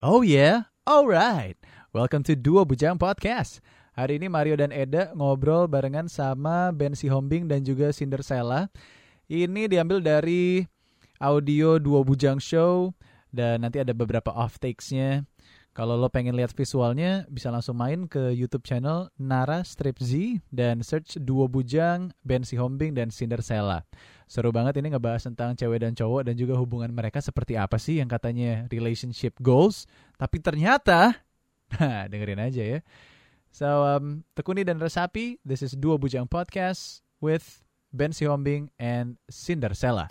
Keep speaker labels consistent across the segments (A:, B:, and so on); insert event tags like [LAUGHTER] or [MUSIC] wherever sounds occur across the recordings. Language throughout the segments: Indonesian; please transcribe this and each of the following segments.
A: Oh yeah, alright. Welcome to Duo Bujang Podcast. Hari ini Mario dan Eda ngobrol barengan sama Ben Sihombing dan juga Cinderella. Ini diambil dari audio Duo Bujang Show dan nanti ada beberapa off takes-nya. Kalau lo pengen lihat visualnya, bisa langsung main ke YouTube channel Nara Strip Z dan search Duo Bujang, Ben Sihombing, dan Cinderella. Seru banget ini ngebahas tentang cewek dan cowok dan juga hubungan mereka seperti apa sih yang katanya relationship goals. Tapi ternyata, [LAUGHS] nah dengerin aja ya. So, um, Tekuni dan Resapi, this is Duo Bujang Podcast with Ben Sihombing and Cinderella.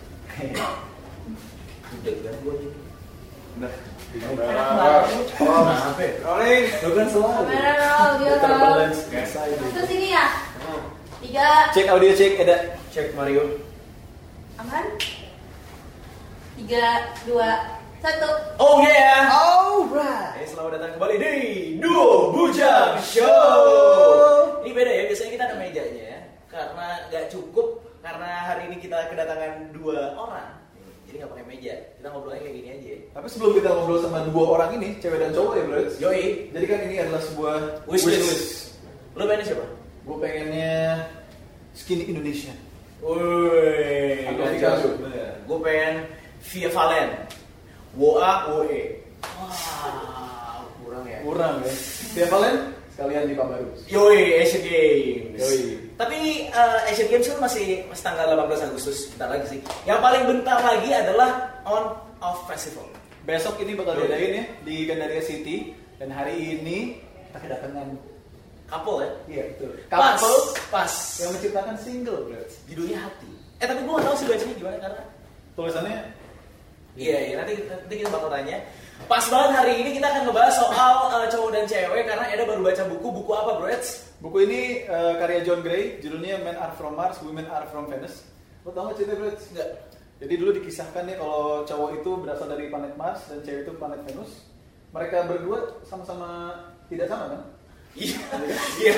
B: Kamera roll, dia roll. Terus sini ya. Tiga.
C: Cek audio cek Eda. Cek Mario.
B: Aman. Tiga, dua, satu.
C: Oh yeah. Alright. Selamat datang kembali di Duo Bujang Show. Ini beda ya, biasanya kita ada mejanya ya. Karena nggak cukup karena hari ini kita kedatangan dua orang. Jadi nggak pakai meja. Kita ngobrolnya kayak gini aja. ya.
D: Tapi sebelum kita ngobrol sama dua orang ini, cewek dan cowok ya bro.
C: Yoi.
D: Jadi kan ini adalah sebuah
C: Wish list. Lu pengen siapa?
D: Gue pengennya skinny Indonesia.
C: Woi.
D: Aku
C: nggak
D: pikir
C: jauh.
D: aku, bener.
C: Gue pengen Via Valen. Woa Woe. Wah, kurang ya.
D: Kurang ya. Siapa Len? Sekalian di Pak Baru.
C: Yoi, Asian Games.
D: Yoi.
C: Tapi eh, Asian Games kan masih, masih tanggal 18 Agustus, bentar lagi sih. Yang paling bentar lagi adalah On Off Festival.
D: Besok ini bakal
C: Yoi.
D: diadain ya di Gandaria City dan hari ini kita kedatangan
C: Couple ya?
D: iya betul.
C: Pas,
D: Couple
C: pas.
D: yang menciptakan single bro.
C: Judulnya Hati. Eh tapi gue gak tau sih bacanya gimana karena
D: Iya. Tulisannya
C: Iya, iya nanti nanti kita bakal tanya. Pas banget hari ini kita akan ngebahas soal eh, cowok dan cewek karena Eda baru baca buku buku apa, Bro? Eds?
D: Buku ini eh, karya John Gray, judulnya Men Are From Mars, Women Are From Venus. Lo tau gak cerita bro?
C: Enggak.
D: Jadi dulu dikisahkan nih kalau cowok itu berasal dari planet Mars dan cewek itu planet Venus. Mereka berdua sama-sama tidak sama kan? [LAUGHS]
C: Iya. Iya.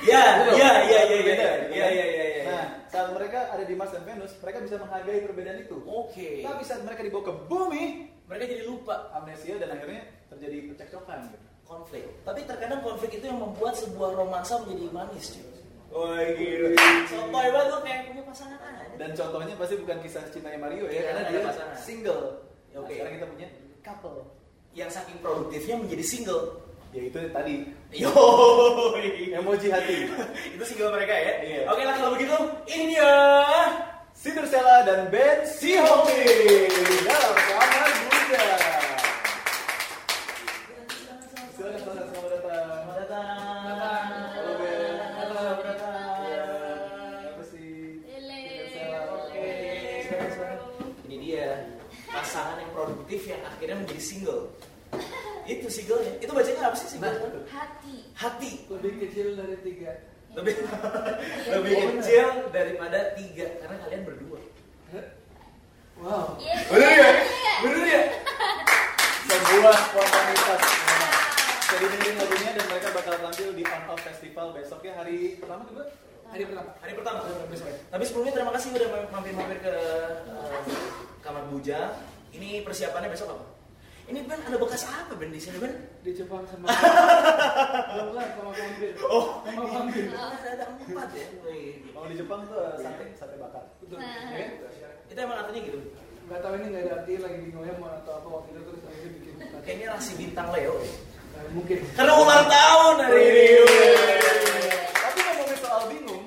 C: Iya,
D: Betul.
C: iya, iya, iya, iya.
D: Berbeda, gitu
C: Iya,
D: kan?
C: iya, iya, iya.
D: Nah, saat mereka ada di Mars dan Venus, mereka bisa menghargai perbedaan itu.
C: Oke.
D: Tapi saat mereka dibawa ke bumi,
C: Mereka jadi lupa
D: amnesia dan akhirnya terjadi percekcokan. Gitu.
C: konflik. Tapi terkadang konflik itu yang membuat sebuah romansa menjadi manis, cuy.
D: Oh gila.
C: Sotoy banget gue kayak punya pasangan aja.
D: Dan contohnya pasti bukan kisah cintanya Mario
C: Iya,
D: ya, karena
C: ada
D: dia
C: pasangan.
D: single.
C: Ya,
D: Nah,
C: oke.
D: Sekarang kita punya couple.
C: Yang saking produktifnya menjadi single. [LAUGHS]
D: Ya itu tadi
C: Yo,
D: emoji hati.
C: [LAUGHS] itu single mereka ya.
D: Iya.
C: Oke lah kalau begitu, ini dia.
D: Cinderella dan Ben Sihomi dalam kamar Bunda. Silakan silakan selamat datang.
C: Selamat datang.
D: Halo Ben.
C: Selamat datang.
D: Apa sih?
B: Lele.
D: Cinderella. Oke.
C: Ini dia pasangan yang produktif yang akhirnya menjadi single. Itu singlenya. Itu bacanya apa sih
D: Nah.
C: single?
B: Hati.
C: Hati.
D: Lebih kecil dari tiga.
C: lebih lebih kecil daripada tiga karena kalian berdua
D: Wow.
B: Yes.
C: bener ya bener ya
D: Sebuah spontanitas. Jadi dengerin lagunya dan mereka bakal tampil di On Off Festival besoknya hari pertama kedua. Hari pertama.
C: hari pertama tapi sebelumnya terima kasih udah mampir-mampir ke eh, kamar buja ini persiapannya besok apa ini Ben ada bekas apa Ben di sini Ben
D: Di Jepang sama. Belum lah sama Panggil.
C: Oh.
D: sama Panggil.
C: ada ada empat ya Wih.
D: Kalau di Jepang tuh eh, sate sate bakar.
B: Nah.
C: itu emang artinya gitu
E: Gak tau ini gak ada arti lagi bingungnya mau atau apa waktu itu terus akhirnya bikin bukan.
C: kayaknya rasi bintang Leo ya.
E: Nah,
D: Eh,
E: mungkin
C: karena ulang tahun hari ini
D: Tapi ngomongin soal bingung,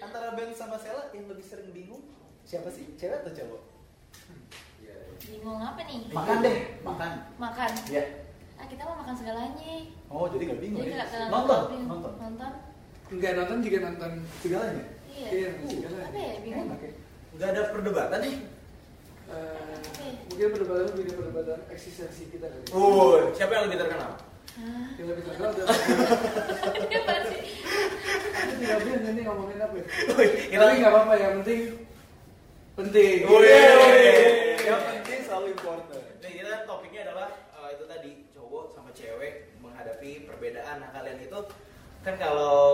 D: antara Ben sama Sela yang lebih sering bingung siapa sih? Cewek atau cowok?
B: Bingung apa nih?
D: Makan deh, makan.
B: Makan.
D: Ya.
B: Ah, kita mau makan segalanya.
D: Oh, jadi nggak bingung
B: Jadi
D: ya?
B: nggak terlalu
D: Nonton,
B: bingung.
D: nonton.
B: Nonton.
E: nggak nonton juga nonton
D: Segalanya.
B: Iya.
E: Iya, segalanya.
B: Apa ya bingung?
D: Enak ya.
C: nggak ada perdebatan nih
E: eh, mungkin perdebatan lebih ke perdebatan eksistensi kita kali.
C: Oh,
E: ya.
C: Wuh, siapa yang lebih terkenal?
B: Hah?
E: Yang lebih terkenal udah
B: Apa sih?
E: nggak bilang nanti ngomongin apa. ya.
C: Kita
E: Tapi nggak apa-apa ya, yang penting penting. Iya.
C: Wih.
D: Yang penting selalu important.
C: Nah, kita topiknya adalah eh, itu tadi cowok sama cewek menghadapi perbedaan. Nah, kalian itu kan kalau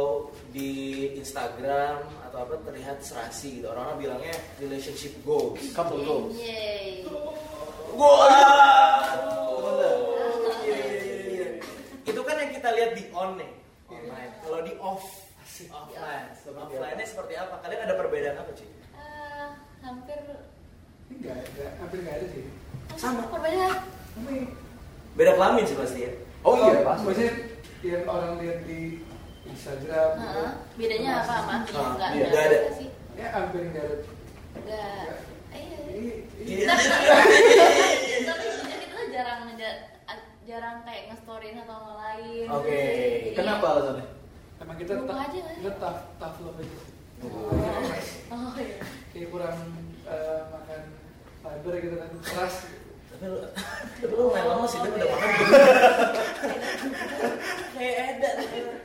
C: di Instagram atau apa terlihat serasi gitu. Orang-orang bilangnya relationship goals.
D: Couple goals.
B: Yeay.
C: Goals.
D: Bentar.
C: Iya, kan lihat di on nih online kalau di off offline
D: Seperti
C: offline nya
D: apa?
C: seperti apa kalian ada perbedaan apa cuy
B: Eh, hampir
E: Enggak, enggak, hampir enggak ada sih.
C: Sama.
B: Hampir perbedaan.
E: Tapi-
C: beda kelamin sih pasti ya
E: Oh iya,
D: pas.
E: maksudnya yang orang lihat di Instagram gitu.
B: Heeh. bedanya apa sama aku?
C: Ah,
B: Enggak,
C: iya,
B: enggak
C: nggak
B: ada
C: ada.
B: sih.
E: Ya hampir enggak ada.
B: Enggak. Iya.
E: Ini, ini
C: Iya.
B: Tapi tapi jujur kita tuh jarang ngeja- jarang kayak nge-storyin satu sama lain.
C: Oke.
B: Jadi-
D: Kenapa alasannya?
E: emang kita
B: Lupa
E: tough,
B: aja nggak sih?
E: kita tough, tough love aja. sih.
B: Oh iya.
E: Kayak kurang eh, makan fiber gitu kan, keras. gitu.
C: tapi lu [LAUGHS] tapi lu main lama sih tapi udah makan [LAUGHS] kayak ada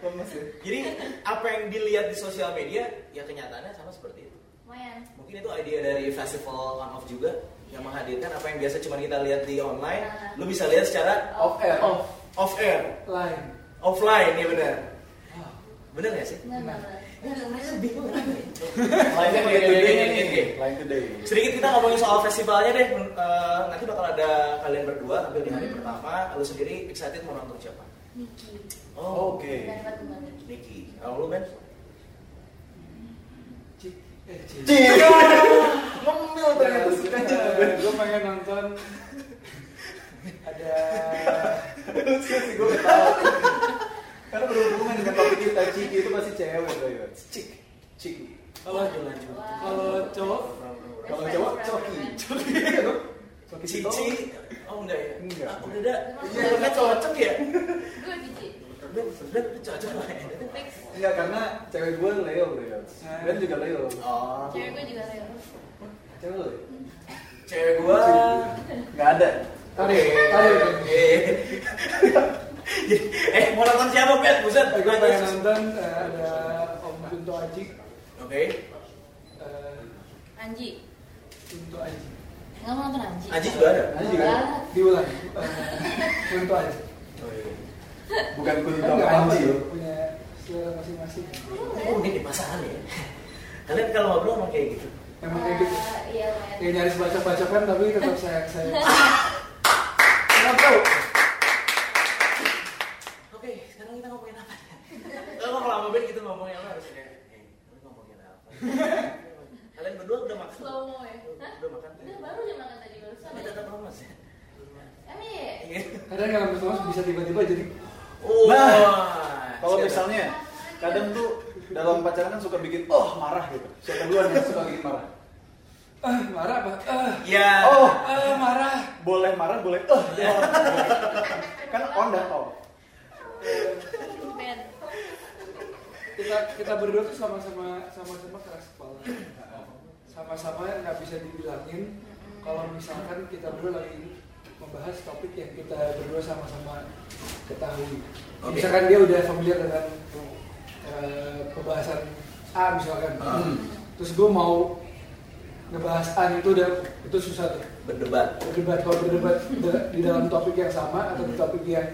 D: Lemes ya?
C: jadi apa yang dilihat di sosial media ya kenyataannya sama seperti itu
B: Lumayan.
C: mungkin itu idea dari festival on off juga yang menghadirkan apa yang biasa cuma kita lihat di online
B: Ah.
C: lu bisa lihat secara
E: Off air, off
C: off air
E: line.
C: offline ya benar
E: Wow.
C: benar nggak sih
B: Enggak, enggak, enggak.
D: Line
C: Iya, iya,
D: today, line
C: iya,
D: today.
C: iya.
D: Line today.
C: sedikit kita ngomongin soal festivalnya deh Men- eh, nanti bakal ada kalian berdua tampil di hari
B: Hmm.
C: pertama lu sendiri excited mau nonton siapa
B: Niki.
C: oh,
D: Oke.
B: Dapat teman Niki.
C: Niki kalau lu Ben
E: Cik, eh cik.
D: Cia! Ngemil ternyata sih.
E: gue pengen nonton ada
D: Lucu sih gue ketawa. Karena berhubungan dengan topik kita Ciki itu masih cewek Bro. ya. Cik Cik
E: kalau
C: lanjut
E: kalau cowok
D: Kalau cowok Coki Coki ya dong? Coki Ciki
C: Cici oh enggak ya
D: Enggak.
C: Ah, udah dah
B: Iya.
C: Udah, kan cocok ya
B: Gue Cici.
C: udah udah cocok lah ya.
B: Fix.
D: Enggak karena Nah, cewek gue Leo Bro.
E: Eh.
C: Nah.
D: Ben juga Leo
C: oh
B: Cewek gue juga Leo.
D: Cewek lo ya?
C: cewek gua
D: Nggak ada
E: tarik tarik
C: Eh. eh mau nonton siapa Ben buset
E: Eh, gue pengen nonton eh, ada Om Junto Aji
C: oke
E: eh,
B: Anji.
E: Junto Aji
B: Enggak mau nonton Anji.
C: Anji juga ada
E: Aji juga ada? diulang eh, Junto Aji
C: oh iya
D: Bukan kulit
E: kan
D: dong
E: nggak apa
D: Anji loh
E: punya selera masing-masing
B: Iya,
C: Ini unik di pasangan ya kalian kalau ngobrol emang kayak gitu
E: emang kayak gitu
B: Eh, Iya, lumayan.
E: ya nyaris bacok-bacokan tapi tetap sayang sayang
D: Kenapa?
C: Oke, sekarang kita ngomongin apa? Kalau kalau lama banget kita ngomongin apa harusnya? Eh, kita ngomongin apa? Kalian berdua udah makan?
B: Slow mo ya. Hah?
C: Udah makan?
B: Udah baru aja makan tadi barusan.
C: Ini tetap promes ya?
B: Emang iya.
C: Iya.
E: kadang kalau bersama bisa tiba-tiba jadi
C: Oh,
D: Nah,
C: wah.
D: Kalau
C: Siapa?
D: misalnya kadang tuh dalam pacaran kan suka bikin oh marah gitu. Siapa duluan yang suka bikin marah?
E: eh marah apa eh
C: ya.
D: Oh,
E: eh marah
D: boleh marah, boleh eh. kan on dan off.
B: Ben.
E: kita kita berdua tuh sama-sama sama-sama keras kepala sama-sama nggak bisa dibilangin kalau misalkan kita berdua lagi membahas topik yang kita berdua sama-sama ketahui
C: Oke.
E: misalkan dia udah familiar dengan eh, pembahasan A misalkan
C: Ah.
E: terus gue mau ngebahas A itu udah itu susah tuh
C: Berdebat.
E: berdebat kalau berdebat da- di dalam topik yang sama atau di topik yang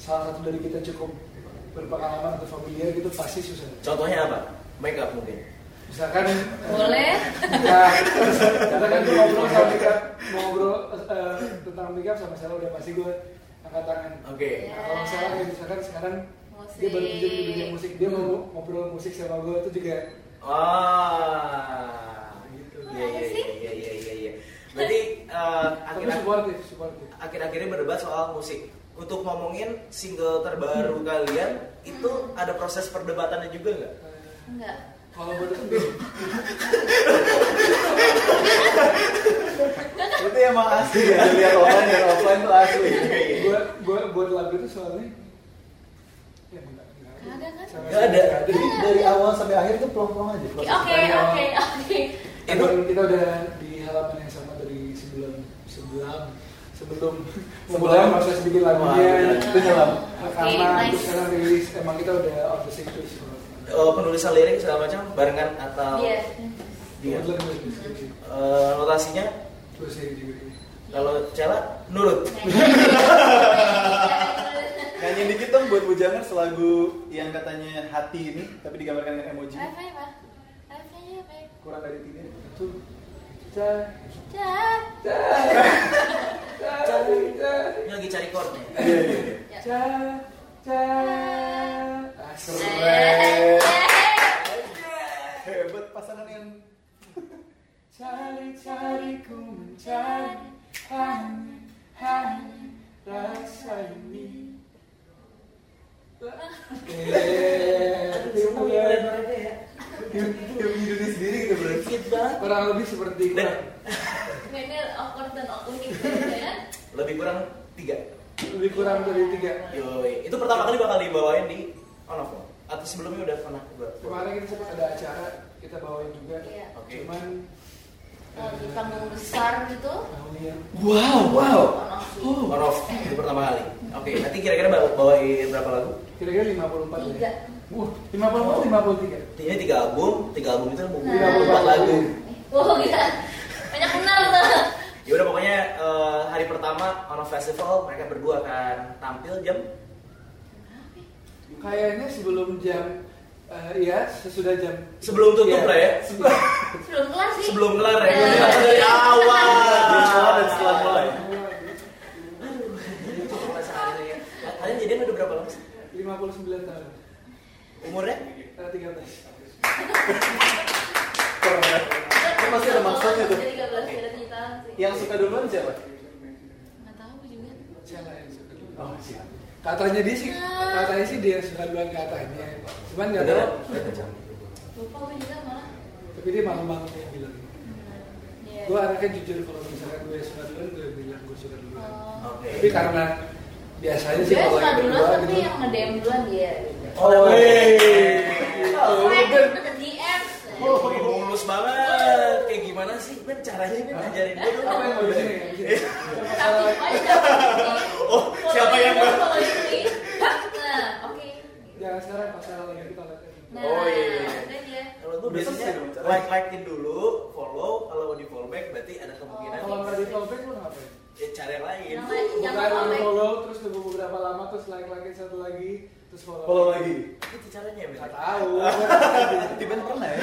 E: salah satu dari kita cukup berpengalaman atau familiar gitu pasti susah.
C: Contohnya apa? Make up mungkin.
E: Misalkan eh,
B: Boleh.
E: Nah, karena kan gue ngobrol sama Mika, mau ngobrol eh, tentang Mika sama Sela udah pasti gue angkat tangan.
C: Oke.
E: Nah, kalau Sela kayak misalkan sekarang dia baru
B: Ya. Musik.
E: terjun di dunia musik, dia mau ngobrol musik sama gue itu juga
C: Wah. Gitu.
B: Kok
C: Iya,
B: ada
C: iya,
B: sih?
C: iya, iya, iya, iya. Berarti eh,
E: tapi
C: akhir-akhir
E: supportive, supportive.
C: akhir-akhirnya berdebat soal musik. Untuk ngomongin single terbaru
D: Hmm.
C: kalian, itu ada proses perdebatannya juga nggak?
E: Eh,
B: Enggak.
E: Kalau gue tuh
D: [LAUGHS] Itu emang asli ya, lihat online dan offline tuh asli.
E: gue gue buat lagu itu soalnya ya enggak enggak
B: Ada kan?
E: Sama-
C: Nggak ada.
E: sama-
D: Jadi dari awal sampai akhir tuh plong-plong aja.
B: Oke,
D: proses.
B: oke, oke.
E: Itu kita udah di halaman yang sama dari sebelum sebelum sebelum sebelum proses bikin
D: Wah,
E: lagunya
D: itu dalam
B: Oke,
E: rekaman terus
B: nice.
E: sekarang rilis emang kita udah on the same page bro.
C: Eh, penulisan lirik segala macam barengan atau
B: Iya.
C: Iya.
E: Kebetulan gue di sini.
C: eh, notasinya?
E: terus ini juga ini
C: Kalau Cela, nurut.
D: Nyanyi dikit dong buat bujangan selagu yang katanya hati ini tapi digambarkan dengan emoji.
B: Wifi, Pak. Wifi, baik.
D: Kurang dari tiga.
E: itu kita
B: Dah.
E: cari
C: Ini lagi cari chord nih.
D: Iya, iya, iya.
B: Ya.
E: cari Ca. Ah,
B: Eh,
E: Keren.
B: eh.
D: Hebat pasangan yang
E: Cari-cari ku mencari hanya hanya rasa ini. Eh, aku bingung ya.
D: yang diri sendiri gitu bro.
C: Fit banget.
E: Kurang lebih seperti itu.
C: Dan-
B: Ini awkward dan unik ya.
C: Lebih kurang tiga.
E: Lebih kurang dari tiga.
C: Yoi. Itu pertama kali bakal dibawain di on off atau sebelumnya udah pernah buat.
E: Kemarin kita sempat ada acara kita bawain juga.
B: Iya.
C: Oke.
E: Cuman
B: Kalau di panggung besar gitu.
E: tahunnya
C: Wow, wow. Oh,
B: Oh,
C: on off itu pertama kali. Oke, nanti kira-kira bawa- bawain berapa lagu?
E: kira-kira 54 ya.
B: Tiga.
E: Wah, 54 53.
C: Ini tiga album, tiga album itu album
B: Nah.
C: empat lagu.
B: Oh iya. Banyak kenal tuh.
C: Ya udah pokoknya eh, hari pertama on off festival mereka berdua akan tampil jam
E: Kayaknya sebelum jam eh, ya sesudah jam
C: sebelum tutup
E: Iya.
C: lah ya.
E: [LAUGHS]
C: Sebelum,
B: Sebelum kelas sih.
C: sebelum kelar ya.
B: Iya.
C: Jadi langsung dari awal.
D: Dari awal dan setelah mulai.
C: Kalian jadian udah berapa lama sih?
E: 59 tahun.
C: Umurnya?
E: Eh, 13.
D: Keren. Itu pasti ada maksudnya tuh.
B: Jadi 13 ada nyitaan sih.
C: Ya.
D: Yang suka duluan siapa?
B: Nggak tahu juga.
E: Siapa yang suka duluan?
D: Oh, siapa?
E: Katanya dia sih,
B: Ah.
E: katanya sih dia yang suka duluan katanya. Cuman nggak
C: Udah,
E: tahu.
C: udah kejam.
B: Lupa gue juga malah.
E: Tapi dia malu-malu dia bilang.
B: Iya.
E: Gue anaknya jujur kalau misalkan gue suka duluan, gue bilang gue suka duluan.
B: Oh.
C: Oke.
E: Tapi karena biasanya sih
B: Dia
E: kalau
B: suka
E: yang
B: duluan
E: berdua
B: tapi
E: gitu.
B: yang nge-DM duluan dia.
C: Oh,
D: Wey.
B: Oh,
E: Ben.
B: DM.
C: Ya, Oh, mulus banget. Kayak gimana sih? Ben caranya Ben ajarin gue dong.
E: Apa yang mau di sini? Yang di sini?
B: Tapi pokoknya
C: Oh, siapa yang
B: mau?
C: mau?
B: Nah, oke.
E: Jangan sekarang masalah lagi kita lihat.
B: Nah, ya.
C: Oh, iya.
B: udah dia.
C: Kalau gue
D: Besok
C: biasanya
D: sih dong, caranya.
C: like likein dulu, follow. Kalau mau di follow back berarti ada kemungkinan
E: Kalau nggak di fallback lu ngapain?
C: ya, cara yang lain.
B: Yang lain.
E: Bukan
B: Jangan
E: lu
B: follow.
E: follow terus tunggu beberapa lama terus like lagi satu lagi terus follow.
D: Follow lagi.
C: Itu caranya Ben.
E: Nggak tahu.
D: Tiba pernah ya?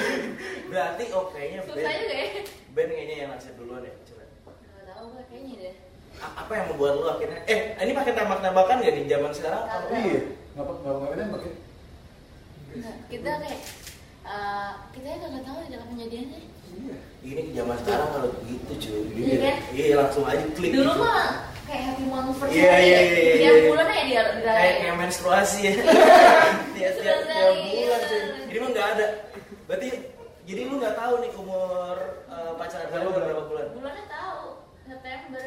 C: Berarti oh kayaknya
B: Susah
C: Ben
B: juga ya.
C: Ben kayaknya yang ngasih duluan ya. Coba.
B: Nggak tahu gue kayaknya deh.
C: A- Apa yang membuat lu akhirnya? Eh, ini pakai tembak-tembakan gak di zaman sekarang?
B: Kagak.
D: Iya. Nggak apa nggak apa nembak ya?
B: Nggak, kita kayak eh, kita ya nggak tahu dalam kejadiannya.
E: Iya.
C: Ini di zaman sekarang kalau begitu cuy.
B: Iya kan?
C: Iya, langsung aja klik.
B: Dulu
C: gitu.
B: mah kayak happy month first
C: Iya, iya, iya, iya,
B: Tiap ya
C: iya.
B: bulan aja dia Iya,
C: kayak
B: dirayain.
C: kayak menstruasi ya tiap tiap tiap
B: Sekali.
C: bulan cuy jadi mah nggak ada berarti jadi lu nggak tahu nih umur eh, pacaran
D: Berapa
C: lu
D: bulan?
C: berapa bulan
B: Bulannya tahu September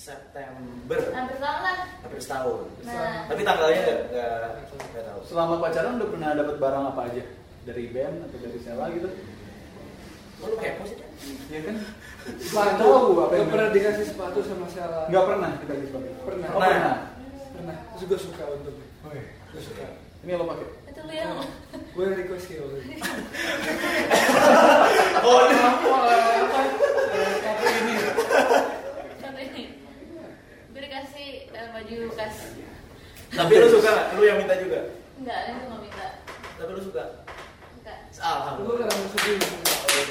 C: September
B: hampir tahun lah.
C: hampir setahun
B: Nah,
C: tapi tanggalnya nggak nggak nggak tahu
D: Selama pacaran udah pernah dapat barang apa aja? Dari band atau dari Sela gitu?
C: Oh, lu kepo sih Dan?
D: Iya kan? Nggak
E: Sepatu,
D: tahu apa
E: gue
D: yang
E: pernah dikasih sepatu sama Sarah.
D: Nggak pernah dibagi sepatu.
E: Pernah.
D: Oh, pernah.
E: Pernah. Terus gue suka untungnya. Gue suka.
D: Ini lo pakai.
B: itu lu yang
E: Gue request hero.
C: oh
E: Apa? Apa? Apa ini?
B: contoh ini. Gue dikasih eh, baju kas.
C: tapi lu suka nggak? lu yang minta juga
B: Enggak, itu nggak minta.
C: tapi lu suka
B: Enggak.
E: Gue
C: alhamdulillah
E: kadang sedih.
B: Eh,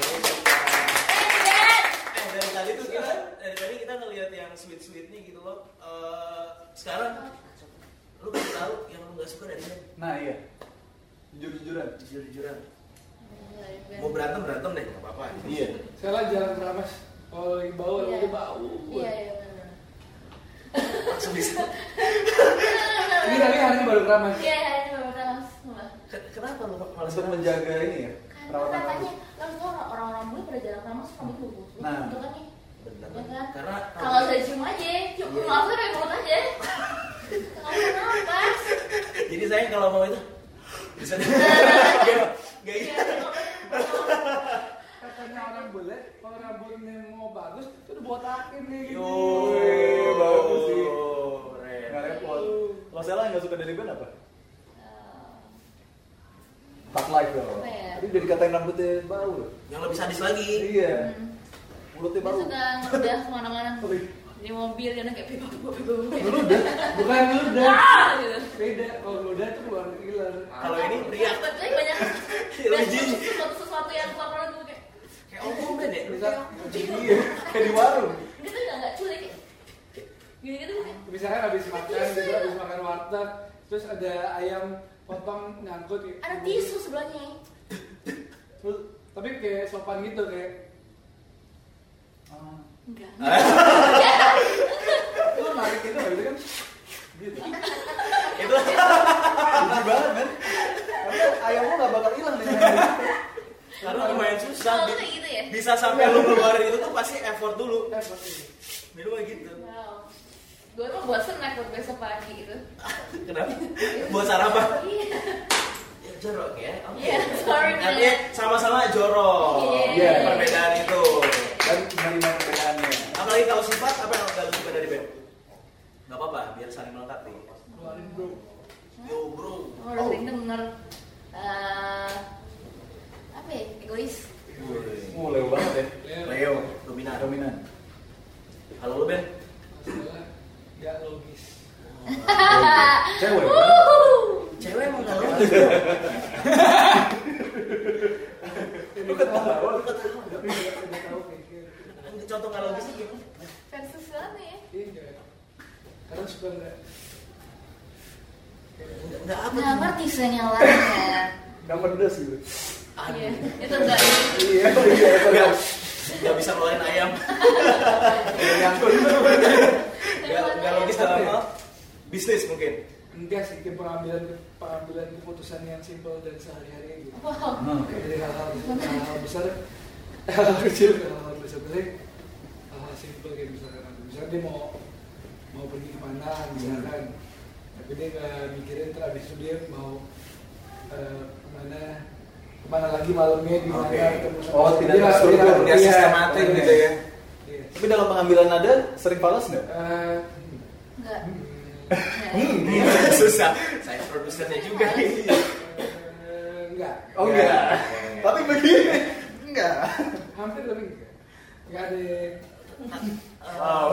B: Ben!
C: Eh, dari tadi tuh kita dari tadi kita ngelihat yang sweet sweetnya gitu loh Eh, sekarang lu nggak tahu yang lu nggak suka dari mana
D: Nah iya. Jujur-jujuran.
C: jujur-jujuran
B: Dari Ben.
C: mau berantem berantem deh nggak [LAUGHS] apa-apa
D: Iya.
E: Sarah jalan keramas. Kalau lagi bau,
B: Iya.
E: lagi bau.
B: Iya, iya benar.
C: langsung bisa
E: Ini tadi hari ini baru keramas.
B: Iya, hari ini baru langsung lah.
C: Ken- kenapa lu malas
D: Maksud
C: berantem
D: menjaga ini ya?
B: Karena
D: Perawatan
B: katanya,
D: rambut.
B: kan tuh orang- orang-orang dulu pada jarang rambut rambut lurus.
D: Nah.
B: Betul kan nih?
C: Bener.
B: Ya kan?
C: karena
B: Kalau saya cium aja,
C: Iya.
B: cium
C: Iya.
B: maaf saya pengen mulut aja. Kamu kenapa? Iya.
C: jadi saya kalau mau itu bisa [LAUGHS] gak
B: Iya,
C: gitu
E: katanya orang boleh kalau rambutnya mau bagus itu dibotakin nih gitu.
C: yo
D: Wih, eh, bagus sih.
C: Keren.
D: Nggak repot. Lo Sela nggak suka dari band apa? Pak Life dong.
B: Apa ya?
D: Tadi udah dikatain rambutnya bau loh.
C: yang lebih sadis lagi
D: Iya.
B: Hmm.
D: Mulutnya
B: Dia
D: bau.
B: suka ngedah kemana-mana
C: Iya.
D: Sorry.
B: di mobil dia kayak Iya. pipa pipa pipa pipa.
D: Lu udah.
E: bukan
C: Iya.
E: ludah
B: Ah, gitu.
E: beda kalau ludah tuh luar killer
C: Kalau ini
B: Iya,
C: riak Iya.
B: tapi banyak
C: Lebih
B: banyak
C: jijik.
B: sesuatu sesuatu yang keluar keluar tuh kayak
C: kayak "Oh, omong deh
E: bisa
D: Iya. Kayak di warung.
B: dia tuh nggak nggak cuek kayak gini gitu kayak Iya.
E: misalkan habis makan gitu habis makan warteg terus ada ayam potong ngangkut ya.
B: Ada tisu sebelahnya.
E: Terus- tapi kayak sopan gitu kayak "Ah,
B: Enggak.
E: lu narik itu nggak gitu kan
D: Gitu.
C: itu [LAUGHS]
D: Lucu banget men. Tapi ayamnya nggak bakal hilang deh.
E: Eh,
C: karena lumayan susah.
B: Kalau lu
C: Bi-
B: kayak gitu ya.
C: Bisa sampai lu ngeluarin itu tuh pasti effort dulu.
E: Eh, pasti.
C: Minum kayak gitu. [LAUGHS]
B: Wow. Gue tuh bosen naik buat besok pagi gitu.
C: Kenapa? Buat sarapan.
B: Iya.
C: Ya, jorok ya. Oke.
B: Iya, sorry, man.
C: Artinya sama-sama jorok.
B: Iya.
C: Perbedaan itu.
D: Dan menerima perbedaannya.
C: Apalagi kalau sifat apa yang gak lu suka dari band? Gak apa-apa, biar saling melengkapi.
E: keluarin bro
C: Yo bro.
B: Oh, udah sering denger eh, apa ya? Egois.
C: Woi.
D: Oh, leo banget ya.
C: Leo, dominan.
D: Dominan.
C: Kalau lu Ben?
E: masalah nggak logis
D: Cewek.
B: Wuhu.
C: Cewek emang gak
D: Lu ketawa.
C: [LAUGHS] Lu ketawa.
E: udah tahu kayak gitu
C: Contoh gak logisnya gimana?
B: Versus banget ya.
E: Iya, nggak. karena suka nggak
C: Nggak- Nggak apa
B: Nggak ngerti sih yang lainnya.
D: Nggak pedes gitu.
B: Iya,
C: Aduh.
B: itu enggak.
D: Iya, iya,
C: Nggak, nggak bisa ngeluarin ayam.
D: Nyangkut.
C: Nggak nggak logis ya? dalam hal bisnis mungkin.
E: enggak sih kayak pengambilan pengambilan keputusan yang simpel dan sehari-hari gitu
B: Wow.
D: Oke.
E: dari hal-hal hal-hal besar hal-hal kecil ke hal-hal besar tapi hal-hal simpel kayak misalkan apa, misalkan dia mau mau pergi kemana misalkan tapi dia nggak mikirin terus abis itu dia mau eh, kemana kemana lagi malamnya di mana
C: Oke.
E: ketemu sama
D: Oh,
E: siapa.
D: tidak
E: Dia nggak-
D: terstruktur,
E: dia nggak-
D: nggak
E: iya,
D: sistematik
E: iya.
D: gitu ya.
E: Iya.
D: Tapi dalam pengambilan nada sering falas nggak?
E: Eh,
B: Enggak.
D: Hmm.
C: Iya, Susah. Saya produsernya juga.
E: eh, enggak
D: Oh enggak.
C: Iya. Nggak.
D: Tapi begini. Enggak.
E: hampir tapi enggak enggak ada yang-
D: Wow.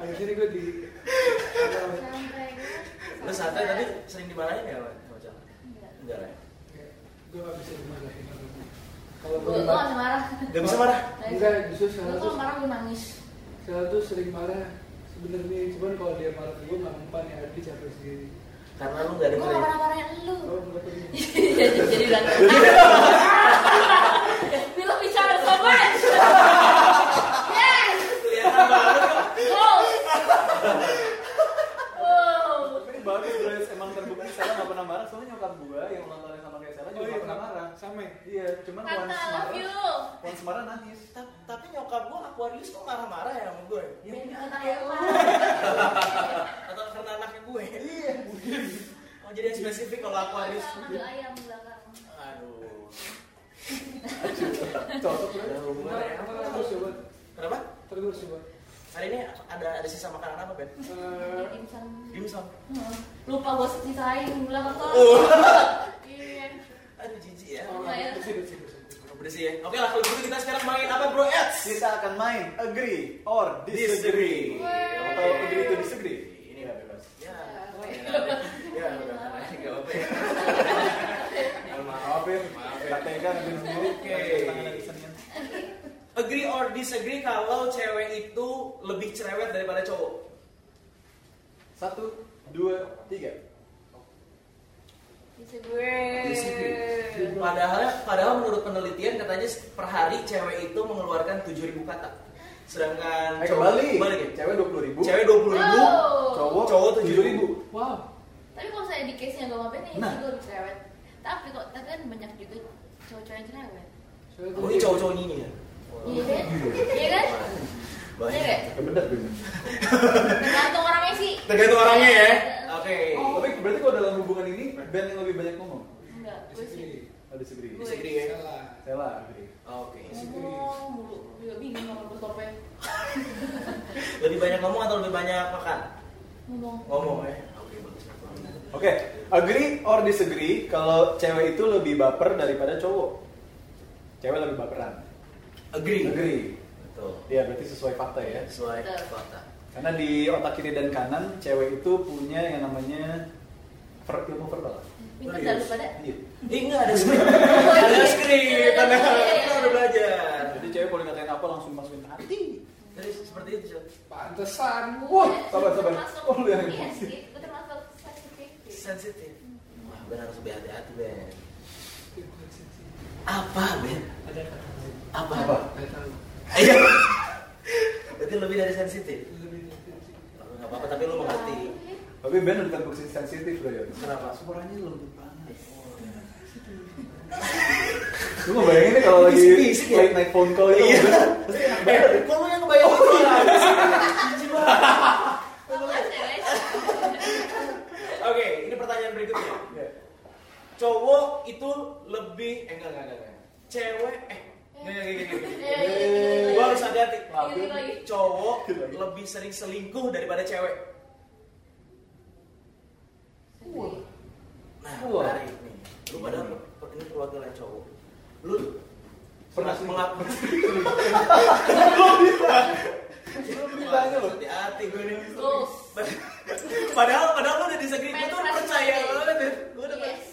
E: abis ini gue di
B: [LAUGHS] Sampai gue.
C: Lu santai tapi sering dimarahin ya, Wan? Sama Jalan?
B: Enggak.
C: Enggak lah.
E: gue gak bisa dimarahin orang. kalau
B: Gue
E: gue
B: gue
E: marah
B: masih marah.
C: Nggak bisa marah.
E: enggak justru
B: Gue
E: salah tuh
B: kalau marah gue nangis.
E: salah tuh sering marah sebenarnya cuman kalau dia marah ke gue nggak mempan ya dia capek sendiri
C: Karena lu nggak
B: Gue nggak
C: dengerin.
B: pernah marahin lu.
E: oh gue tuh
D: Iya,
B: jadi Iya, jadi berantem. Film bicara so much. Yes.
C: Kelihatan banget. kan?
B: Goals. Wow.
D: Tapi bagus guys, emang terbukti Sarah gak pernah marah soalnya nyokap gua yang ulang tahunnya sama kayak Sarah juga gak pernah marah
E: Oh, iya, sama ya
D: Iya, cuman
B: Tante,
D: once
B: I
D: marah,
B: love you.
D: once marah nangis
C: Ta- Tapi nyokap gua Aquarius tuh marah-marah ya sama gue. Ya,
B: Baby,
C: ini
B: kata
C: anak ya
B: yang
C: lu.
B: marah.
C: Atau karena anaknya gue. Iya. Oh jadi yang spesifik kalau Aquarius.
B: Sama ambil ayam di belakang.
C: Aduh.
E: cocok
C: Ada hubungan ya.
E: ntar gue harus coba
C: Kenapa?
E: ntar gue harus coba
C: Hari ini ada ada sisa makanan apa Ben?
E: Eh,
B: Dimsum.
C: Dimsum.
B: Hmm. Lupa gue sisain di belakang tuh. Iya.
C: Aduh jijik ya.
E: oh,
B: Lumayan.
E: bersih, bersih, bersih.
C: Aduh, Bersih ya. Oke lah kalau gitu kita sekarang main apa bro? Ads.
D: Kita akan main agree or disagree Atau agree to disagree
C: Ini nggak bebas. Ya.
B: Oke.
C: Ya. Gak apa-apa ya.
D: Ya, Maaf ya,
C: Maaf ya.
D: katanya kan agree sendiri
C: Oke.
D: pakai tangan dari kesenian.
C: Agree or disagree kalau cewek itu lebih cerewet daripada cowok.
D: Satu, dua, tiga
B: Disagree.
C: Disagree. Padahal padahal menurut penelitian katanya per hari cewek itu mengeluarkan 7000 kata. Sedangkan
D: Eh
C: cowok-
D: kembali,
C: Balik ya?
D: cewek 20 ribu,
C: Cewek 20.000,
B: Wow.
D: cowok,
C: Cowok
D: 7 ribu
E: wow
B: Tapi kalau saya di case-nya gue ngapain nih,
D: Nah.
B: gue lebih cerewet. Tapi kok, tapi kan banyak juga cowok-cowok yang cerewet.
E: Soalnya
C: Oh,
E: gue-
C: ini cowok-cowok ini ya.
B: Iya kan? Iya kan? Iya
C: Banyak.
B: kan?
D: Ya bener bener
B: Tergantung Iya. orangnya sih.
C: Tergantung orangnya ya. Oke.
D: Oh, tapi berarti kalau dalam hubungan ini, band yang lebih banyak ngomong
B: Enggak, gue sih.
E: disagree
D: Oh disagree
B: Gue.
E: Iya,
C: Disagree ya.
E: salah
D: Saya lah agree
C: Oke.
B: Ngomong mulu, juga bingung sama bos topeng.
C: Lebih banyak ngomong atau lebih banyak makan?
B: Ngomong.
C: Ngomong ya. Oke, bagus.
D: Oke, agree or disagree kalau cewek itu lebih baper daripada cowok. Cewek lebih baperan.
C: Agree.
D: Agree.
C: Betul.
D: Ya, berarti sesuai fakta ya.
C: Sesuai
B: Betul.
C: fakta.
D: Karena di otak kiri dan kanan, cewek itu punya yang namanya ver ilmu verbal.
B: Pinter
C: Serius?
B: daripada.
D: Iya.
C: Ih, enggak ada skrip. ada skrip. Ada kita udah belajar.
D: Jadi cewek boleh ngatain apa langsung masukin hati.
C: Jadi seperti itu, Cok.
E: pantesan
D: Wah, sabar, sabar.
B: Termasuk.
D: Oh, lu yang
B: Iya
D: emosi.
B: sih, gue termasuk.
C: sensitif. Wah, Ben harus lebih hati-hati, Ben. Apa, Ben?
E: Ada kata lain.
C: Apa?
D: Apa?
E: Nggak tahu.
C: Iya. Berarti lebih dari sensitif.
E: Lebih sensitif.
C: Enggak apa-apa, tapi lu mengerti.
D: Tapi Ben udah terbukti sensitif loh ya.
C: Kenapa?
D: Suaranya lembut banget. Lu mau bayangin deh kalau lagi
C: Bisik-bisik ya?
D: late night phone call itu.
C: Iya.
D: Pasti enak
C: Eh,
D: banget.
C: kok lu yang kebayang itu ya?
B: Kalau nggak cewek,
C: Oke, ini pertanyaan berikutnya.
D: Iya,
C: Cowok itu lebih eh enggak enggak enggak. enggak. Cewek eh enggak enggak enggak, enggak.
B: Iya, iya, iya, iya, iya.
C: Gua harus hati-hati.
B: Ingat lagi.
C: Cowok lebih sering selingkuh daripada cewek. Nah,
D: Wah.
C: menarik nih. Lu pada ini perwakilan cowok. Lu
D: Pernah
C: pernah
D: selingkuh?
C: mengakui
D: Lu ditanya loh.
C: Hati-hati gue nih.
B: Goals.
C: Padahal padahal lu udah disagree gue tuh
B: Manifest
C: percaya
B: Monday.
C: banget. Gue udah
B: Yes.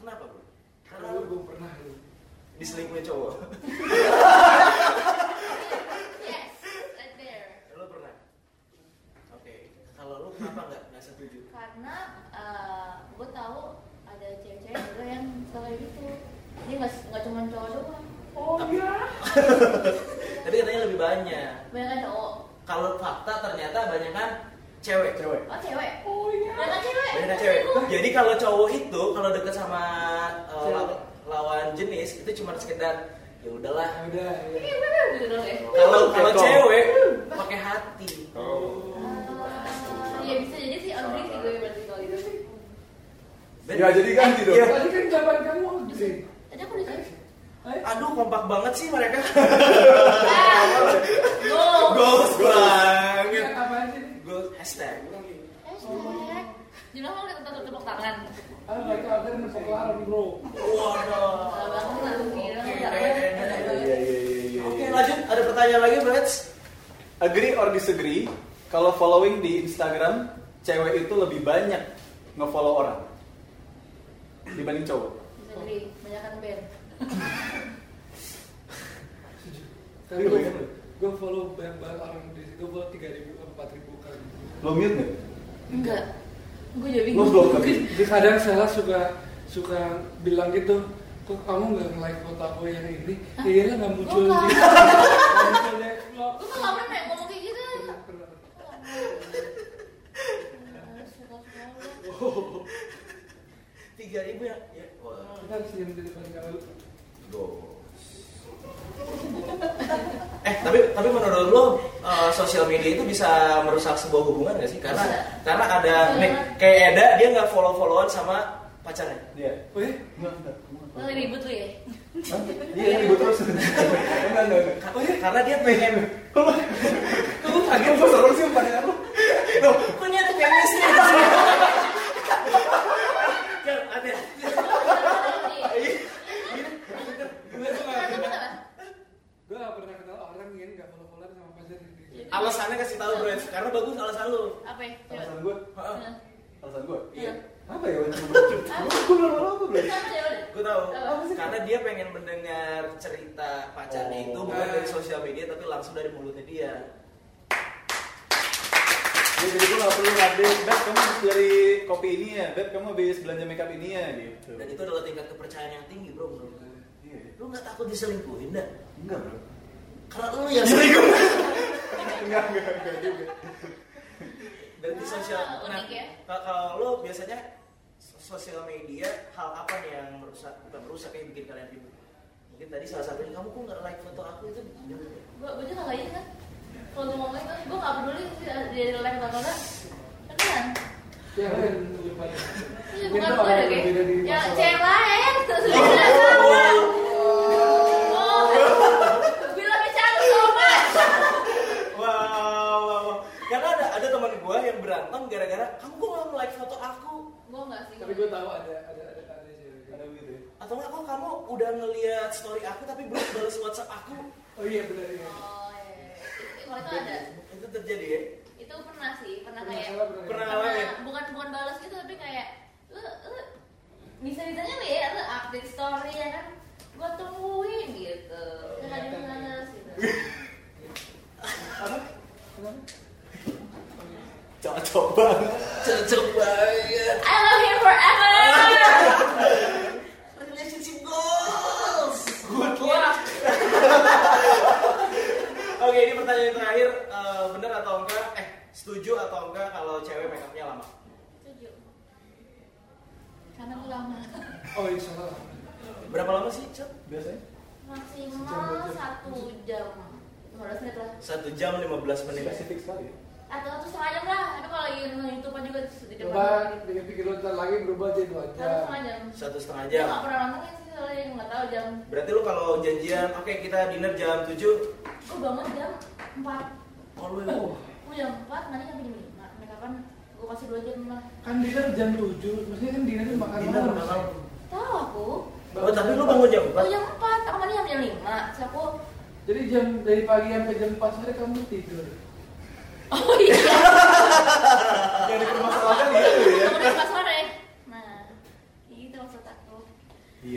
C: Kenapa, Bro? Karena
E: Karena
C: lu
E: gue pernah dulu.
C: diselingkuhin cowok.
B: Yes. Right there.
C: Lu pernah? Oke. Kalau lu kenapa enggak enggak setuju?
B: karena gue tahu ada cewek-cewek juga yang suka kayak gitu jadi nggak nggak cuma cowok doang
E: Oh iya.
C: Tapi katanya lebih banyak.
B: banyak kan cowok
C: Kalau fakta ternyata banyak kan cewek.
D: Cewek.
B: oh cewek
E: Oh iya.
B: banyak cewek Iya,
C: Banyak cewek. Jadi kalau cowok itu kalau deket sama uh,
E: Cewek.
C: law- lawan jenis itu cuma sekedar ya udahlah.
E: Ya Udah.
B: Iya,
E: Ya.
B: bener, gitu dong ya
C: Kalau kalau
D: Betul.
C: cewek pakai hati.
D: Iya,
B: Ah, iya bisa jadi sih agree sih gue berarti kalau gitu
C: Ben-
D: Ya jadi ganti dong.
C: Iya.
E: Tadi kan jawaban kamu sih.
B: tadi aku
C: [LAUGHS]
B: udah cewek
E: Eh,
C: Aduh kompak banget sih mereka.
B: Ah, go
C: Goals banget.
E: Apa aja nih?
C: Goals hashtag.
B: hashtag jumlah lo udah tetep tepuk tangan
E: Ah, mereka ada yang pekelaran bro.
B: Salah
C: Waduh.
B: banget lah, lu gila.
D: Iya iya iya iya.
C: Oke lanjut ada pertanyaan lagi Brats.
D: Agree or disagree? Kalau following di Instagram, cewek itu lebih banyak nge-follow orang dibanding cowok.
B: bisa beli banyak kan band
E: Setuju.
D: Iya,
E: Tapi gue,
D: iya.
E: gue follow banyak banget orang di situ. Gue follow 3.000 atau 4.000 kali.
D: Lo mute nggak?
B: enggak gue jadi
D: Lo
B: bingung
D: blok
E: kan?
D: tapi.
E: Jadi kadang salah suka suka bilang gitu kok kamu nggak nge-like foto aku yang ini ya iyalah nggak muncul
B: Bukan.
E: di- nggak muncul di vlog.
B: gue tuh nggak pernah ngomong kayak gitu
C: Tiga ribu ya. Ya, Wah.
E: kita harus diam di depan kamera
C: Goals. Eh tapi tapi menurut lo eh, sosial media itu bisa merusak sebuah hubungan gak sih? Karena
B: Bisa.
C: karena ada
B: Bisa.
C: nih kayak Eda dia nggak follow followan sama pacarnya.
D: Iya.
E: oh ya
D: Nggak, nggak.
B: Lo ribut lu ya?
D: Hah? Iya, ini ribut terus. Enggak, enggak, enggak.
B: Oh,
C: Ka-
B: iya?
C: Karena dia pengen.
D: Lu kaget lu seru sih pandangan lu.
C: Loh, kok ini ada feministnya? Kan ada.
E: gue tuh nggak
B: Kenapa,
E: pernah
B: kenapa?
E: gue nggak pernah kenal orang yang nggak follow followan sama pacarnya gitu.
C: Alasannya kasih tahu bro, karena bagus alasan lu.
B: Apa ya? Coba. Nah.
D: Alasan gue,
C: Heeh.
D: alasan gue.
B: Iya.
D: Apa ya? Gue belum apa belum.
C: Iya.
B: Kenapa, coba?
C: Gue tahu.
B: Oh, Apa sih?
C: Karena dia pengen mendengar cerita pacarnya
D: Oh.
C: itu bukan dari sosial media tapi langsung dari mulutnya dia.
D: Ya, jadi gue gak perlu update, Beb kamu habis dari kopi ini ya, Beb kamu habis belanja makeup ini ya gitu
C: Dan itu adalah tingkat kepercayaan yang tinggi, bro. menurut gue.
D: Iya, iya.
C: Lu nggak takut diselingkuhin dah?
D: Enggak bro
C: Karena lu yang selingkuh.
D: Enggak, enggak, enggak juga
C: Dan di sosial. nah,
B: Ah, unik ya.
C: ka- kalau lu biasanya so- sosial media hal apa nih yang merusak bukan merusak yang bikin kalian ribut? Mungkin tadi salah satunya kamu kok nggak like foto aku itu.
B: Gua gua juga nggak gitu kan? Kalau gua ngomongin kan, gua nggak peduli sih dia di live atau enggak. Beneran.
E: ya kan yang paling
B: Iya,
E: Mungkin
B: bukan
E: tuh
B: gua
E: ada
B: ada,
E: yang
B: Ge.
E: berbeda di
B: Ya,
E: masalah.
B: cewek lain. [LAUGHS] Sudah sama. Oh. Bilangnya cantik, sobat.
C: Wow, wow, wow. Karena ada ada teman gua yang berantem gara-gara kamu kok nggak like foto aku
B: Gua nggak sih.
E: tapi gue tahu ada ada ada ada cewek
D: Ada gitu ya
C: atau nggak kok kamu udah ngeliat story aku tapi belum balas WhatsApp aku.
E: oh iya benar iya
B: Oh, iya. Kalau itu ada.
C: Itu terjadi ya?
B: Itu pernah sih, pernah
E: Pernah
B: kayak
E: salah, pernah
C: Pernah
E: iya.
C: ngalamin?
B: Nah, bukan bukan balas gitu tapi kayak lu lu bisa ditanya nih ya lu update story ya kan gua tungguin gitu nggak ada yang balas gitu
E: apa kenapa
D: Cocok banget
C: cocok banget
B: I love him forever.
C: relationship goals Iya.
B: Good luck.
C: [LAUGHS] oke ini pertanyaan terakhir Eh, bener atau enggak eh setuju atau enggak kalau cewek makeupnya lama
B: Setuju. Karena aku lama.
E: Oh iya salah.
C: berapa lama sih Cok?
D: Biasanya?
B: Maksimal satu jam. 15 menit lah.
C: satu jam 15 menit
D: Spesifik sekali ya?
B: Atau satu setengah jam lah. Aduh kalau lagi nonton juga di
E: Coba
B: depan.
E: pikir-pikir lu ntar lagi berubah jadi dua
B: Satu
E: jam.
B: setengah jam.
C: satu setengah
B: Aku
C: jam
B: nggak pernah nontonin sih soalnya nggak tahu jam.
C: berarti lu kalau janjian oke kita dinner jam 7
B: Gue bangun jam 4
C: oh lu
B: Gue jam 4, nanti sampai jam 5 Mereka kan gue kasih 2 jam lah
E: Kan dinner jam 7, maksudnya kan dinner tuh makan
C: dinner
E: malam.
C: malam
B: Tahu aku
C: oh tapi lu bangun jam
B: Gue jam 4, aku mandi jam jam 5 Terus aku
E: Jadi jam dari pagi sampai jam 4 sore kamu tidur.
B: Oh iya
C: Ah.
D: Yang dipermasalahkan gitu ya?
B: Sampai jam 4 sore Nah Gitu maksud aku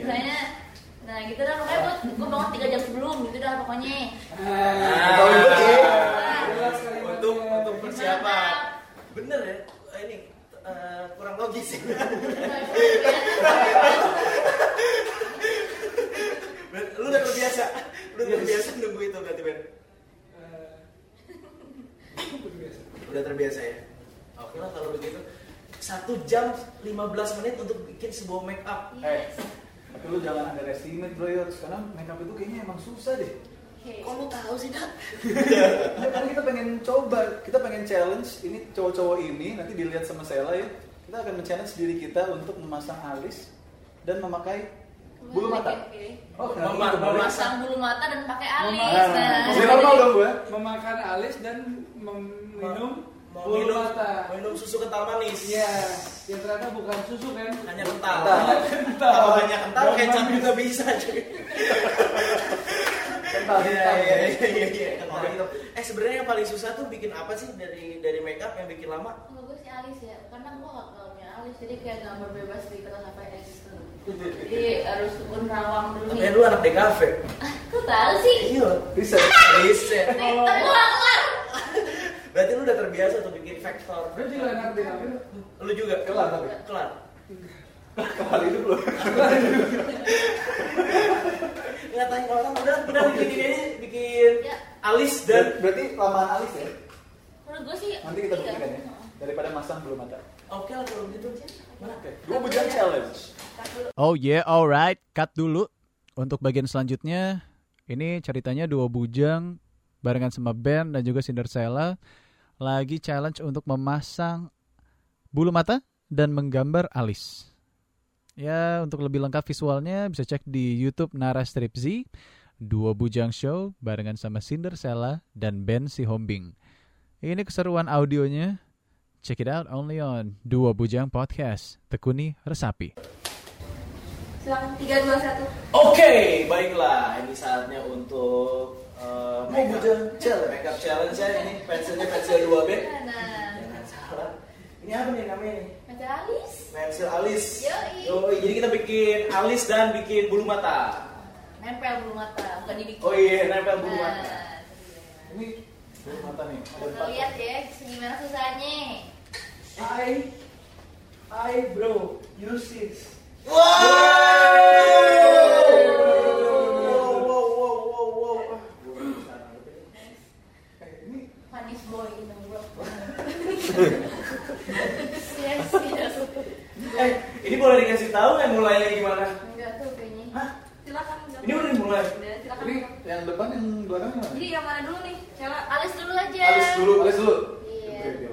B: Makanya Nah gitu dah pokoknya gue, gue bangun 3 jam sebelum gitu dah pokoknya
E: Ah.
D: Tahu juga sih.
E: Jelas
C: Ah,
E: kalimatnya.
C: untuk untuk persiapan
B: Mantap.
C: bener ya Eh, ini eh, kurang logis [LAUGHS] Ben, lu udah terbiasa lu udah terbiasa nunggu itu berarti Ben
E: Eh, itu biasa.
C: udah terbiasa ya oke lah kalau begitu satu jam 15 menit untuk bikin sebuah make up
B: Yes
D: Tapi lu jangan underestimate bro Yot. Sekarang makeup itu kayaknya emang susah deh
B: Oke
C: kok lu tahu sih dah
D: Ya karena kita pengen coba, kita pengen challenge ini cowok-cowok ini nanti dilihat sama Sela ya. Kita akan men-challenge diri kita untuk memasang alis dan memakai bulu mata.
B: Oke.
D: Oh,
C: Mema-
D: itu boleh?
C: memasang.
B: Pasang bulu mata dan pakai alis
D: Nah,
C: Iya,
B: nah.
D: Masih normal dong gua.
E: Memakan alis dan meminum
C: mau
E: bulu
C: minum
E: mata.
C: minum susu kental manis
E: Iya, yang ternyata bukan susu kan?
C: hanya kental
D: Kental.
C: kalau hanya kental
E: Gampang.
C: kecap juga bisa cuy
D: Kental.
C: Iya, iya, iya, iya, iya. Kental
D: Oke.
C: gitu. Eh sebenarnya yang paling susah tuh bikin apa sih dari dari makeup yang bikin lama?
B: Kalau gue sih alis ya, karena gue gak gak punya alis, jadi kayak gambar bebas di kertas apa yang itu. Jadi harus gue nerawang dulu
C: Katanya
B: nih.
C: lu anak DKV.
B: Ah, [LAUGHS] Kok tahu sih?
C: Iya.
D: Riset.
C: Riset.
B: Nih, tapi gue gak kelar.
C: Berarti lu udah terbiasa tuh bikin vektor.
E: Gue juga enak deh, tapi
C: Lu juga
D: Kelar tapi.
C: kelar.
D: Kepala hidup lu.
C: Ngatain orang udah udah bikin ini aja, bikin
B: Ya,
C: alis
D: Dan
C: dan
D: berarti lamaan alis ya.
B: menurut gue sih.
D: Nanti kita
B: iya.
D: buktikan ya. Daripada masang bulu mata.
C: oke lah kalau gitu.
D: Oke. Dua bujang challenge.
B: Tar dulu.
A: Oh yeah, alright. Cut dulu. Untuk bagian selanjutnya, ini ceritanya dua bujang barengan sama Ben dan juga Cinderella lagi challenge untuk memasang bulu mata dan menggambar alis. Ya, untuk lebih lengkap visualnya bisa cek di YouTube Nara Stripzy, Dua Bujang Show barengan sama Cinderella dan Ben Sihombing. Ini keseruan audionya. Check it out only on Dua Bujang Podcast. Tekuni Resapi.
B: Silakan tiga dua satu.
C: Oke, baiklah. Ini saatnya untuk uh,
D: Dua bujang challenge.
C: Makeup challenge ya ini pensilnya pensil 2B.
B: Nah,
C: Jangan salah. Ini apa nih namanya nih?
B: ada alis.
C: Pensil alis.
B: Yoi.
C: Yoi, Jadi kita bikin alis dan bikin bulu mata.
B: Nempel bulu mata, bukan dibikin.
C: Oh iya, nempel bulu
B: Nah,
C: mata.
D: Ini bulu mata nih. Ada
B: Lo
D: empat.
B: lihat ya, gimana susahnya.
E: I, I bro, you sis.
C: Wow. Wow, wow, wow, wow, wow.
E: Eh, ini
B: Panis boy in the world. yes, yes.
C: Eh, ini boleh dikasih tahu nggak mulainya gimana?
B: Enggak tuh kayaknya.
C: Hah?
B: Silakan. enggak.
C: Ini udah dimulai?
B: Udah, silakan.
D: Ini yang depan yang belakang mana?
B: Jadi yang mana dulu nih? Cela, alis dulu aja.
D: Alis dulu, alis dulu.
B: Iya.
D: Oke, oke.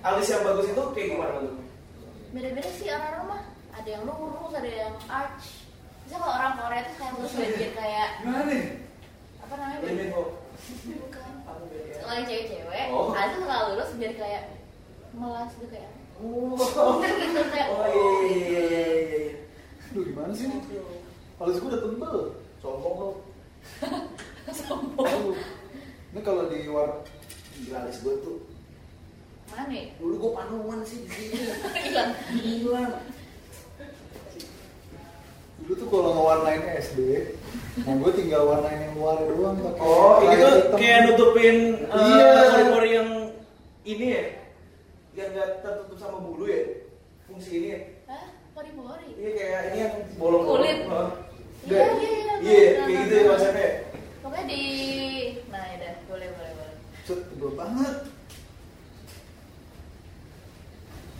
C: Alis yang bagus itu kayak gimana bentuknya?
B: Beda-beda sih orang rumah. Ada yang lurus, ada yang arch. Bisa kalau orang Korea tuh kayak lurus banjir kayak
E: gimana nih?
B: apa namanya?
C: Ini kok. ya.
B: Bukan. Kalau yang cewek-cewek,
C: Oh.
B: alis tuh kalau lurus biar kayak melas gitu kayak.
C: Oh,
B: [LAUGHS] Kan gitu kayak.
C: iya, iya, iya, iya, iya.
D: Duh, gimana sih ini?
B: Gitu.
D: Alis gua udah tebel. Sombong [LAUGHS] lo. Aduh. Ini kalau di war
C: Gila alis gue tuh.
B: Mana ya?
C: Dulu gue panuan sih di sini.
B: Hilang.
C: Gila.
D: dulu tuh kalau ngewarnain SD, nah gue tinggal warnain yang luar doang pakai
C: Oh, ini
D: layar
C: tuh
D: hitam.
C: eh, kayak nutupin
D: Iya.
C: eh, pori-pori yang ini ya? yang nggak tertutup sama bulu ya fungsi ini ya.
B: Hah? Pori-pori?
C: Iya kayak ini yang bolong-bolong.
B: Kulit.
C: Hah?
B: Iya,
C: Nggak?
B: iya, iya.
C: Iya, kayak gitu ya
B: Nah, nah,
C: konsepnya. ya?
B: Pokoknya di... Nah, ya dah. Boleh, boleh, boleh.
D: Set, tebel banget.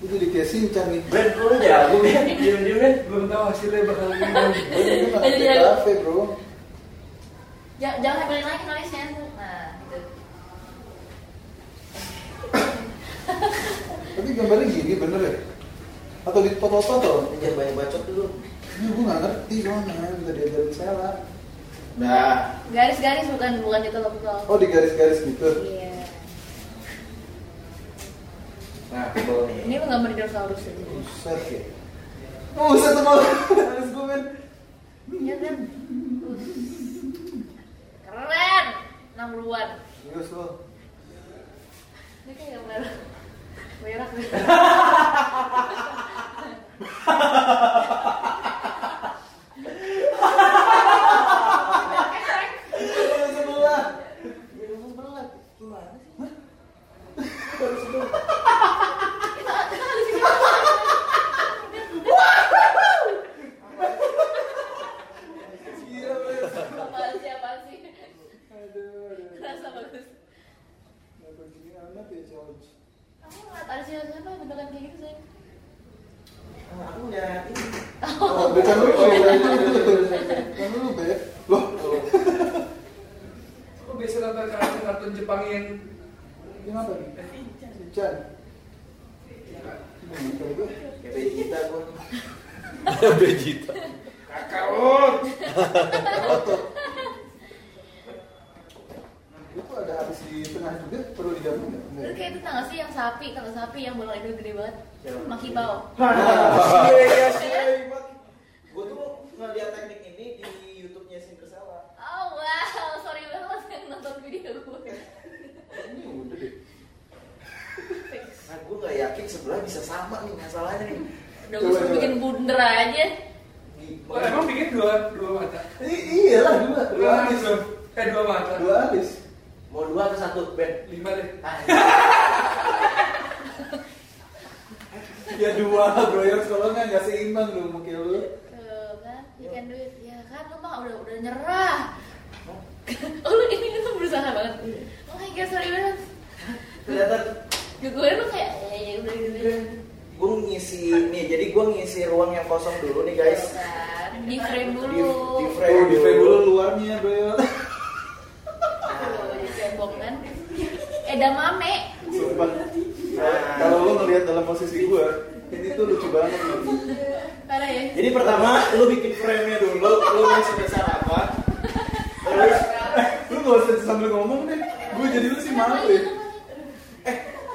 D: Itu jadi kayak Shinchan nih.
C: Ben, lu jago [LAUGHS] Ben, diem-diem Ben.
E: belum tahu hasilnya bakal gimana
D: Oh,
B: Jadi
D: ini mah
C: Iya.
D: kayak
B: jago.
D: kafe, bro.
B: Ja- Jangan hebelin lagi noise-nya. Nah, gitu.
D: Tapi gambarnya gini bener ya? Atau dipotong-potong?
C: Jangan banyak bacot dulu.
D: Ini gue nggak ngerti gimana, minta diajarin Sela.
C: Nah,
B: Garis-garis bukan bukan ditolong-tolong.
D: Oh di garis-garis gitu.
B: Iya.
C: nah tebel
B: Ini
C: nih.
B: menggambar dinosaurus aja.
D: Buset ya. Oh, buset tebal. Harus gue men.
B: Iya kan? Terus. Keren. 60-an.
D: Serius lo.
B: Ini kayak gambar merah gitu.
D: Harus sebelah. Gila men.
B: Apaan sih, apaan sih?
E: aduh aduh
B: Rasa bagus.
D: Nggak begini amat ya challenge.
B: Kamu ngeliat Arsya siapa bentukan kayak gitu sih?
C: Nah, Aku udah ini.
D: Oh, bukan lu, oh, bukan lu, bukan lu, Beb. Loh,
E: aku biasa nonton kartun-kartun Jepang yang
D: ini apa nih? Shinchan. Hmm, kayak gue.
C: Kayak Vegeta gua.
F: Vegeta.
E: kakak oh
D: Itu ada habis di tengah juga perlu digabung nggak? Nggak
B: Itu
D: ya?
B: kayak itu tau nggak sih yang sapi, tangga sapi yang bola hidung gede banget?
C: Siapa?
B: Makibau.
C: Oh. [LAUGHS] Iya, iya, iya. Gue tuh ngeliat teknik ini di YouTube-nya Sintersela.
B: Oh wow, sorry banget yang nonton video gue.
D: Ini udah deh.
B: Fix.
C: Nah, gue nggak yakin sebelah bisa sama nih masalahnya nih.
B: Udah gue suruh
D: Coba,
B: bikin bundar aja.
E: Wah, Oh, emang bikin dua dua mata
D: I- iyalah dua, dua
E: dua
D: habis.
E: alis loh eh dua mata
D: Dua habis.
C: Mau dua atau satu, Ben?
E: lima deh
D: Ya dua, bro. Ya kalau nggak nggak seimbang lu mungkin lu.
B: Tuh kan, you can do it. Ya kan, lu mah udah udah nyerah. [LAUGHS] oh lu ini tuh berusaha banget.
D: Iya.
B: Oh my god, sorry banget.
C: Ternyata
B: Gue lu kayak, ya ya udah gitu.
C: gue ngisi nih, jadi gue ngisi ruang yang kosong dulu nih guys.
B: Kan, Di frame
C: Di,
B: dulu.
C: di frame
D: Oh,
C: dulu.
D: di frame dulu luarnya, bro.
B: Tuh, di cebong kan. Edamame.
D: Sumpah.
C: Nah.
D: Kalau lu ngelihat dalam posisi gua, ini tuh lucu banget. men.
B: Parah ya.
C: Jadi pertama lu bikin frame-nya dulu, lu masih besar apa? Terus
D: Lu nggak usah sambil ngomong deh. Gua jadi lu sih malu ya.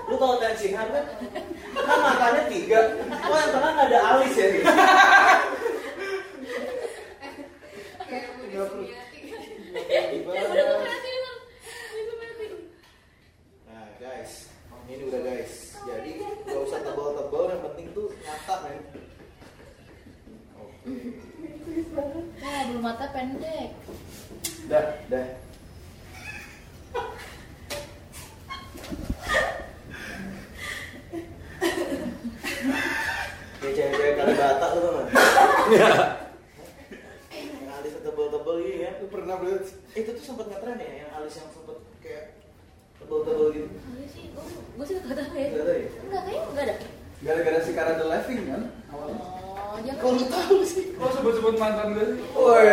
C: lu tau dan Shinhan kan? Kan matanya tiga, kok yang tengah nggak ada alis ya?
B: Udah gue perhatiin. Udah gue perhatiin.
C: Nah guys, ini udah guys. Jadi nggak usah tebal-tebal, yang penting tuh nyata men.
B: Nah, bulu mata pendek.
C: Dah, dah. Kayak cewek-cewek kali batak lu tau gak? Yang alis tebel-tebel gitu ya.
D: Lu pernah bro?
C: Itu tuh sempet ngetren ya, yang alis yang sempet kayak tebel-tebel gitu.
B: Gue sih, gue sih gak tau ya.
C: Gak tau ya?
B: Enggak, kayaknya enggak ada.
D: Gara-gara si Kara The Laughing kan? Awalnya.
B: Oh, jangan.
C: Kok lu tau sih?
E: kok sebut-sebut mantan gue sih
D: Woi.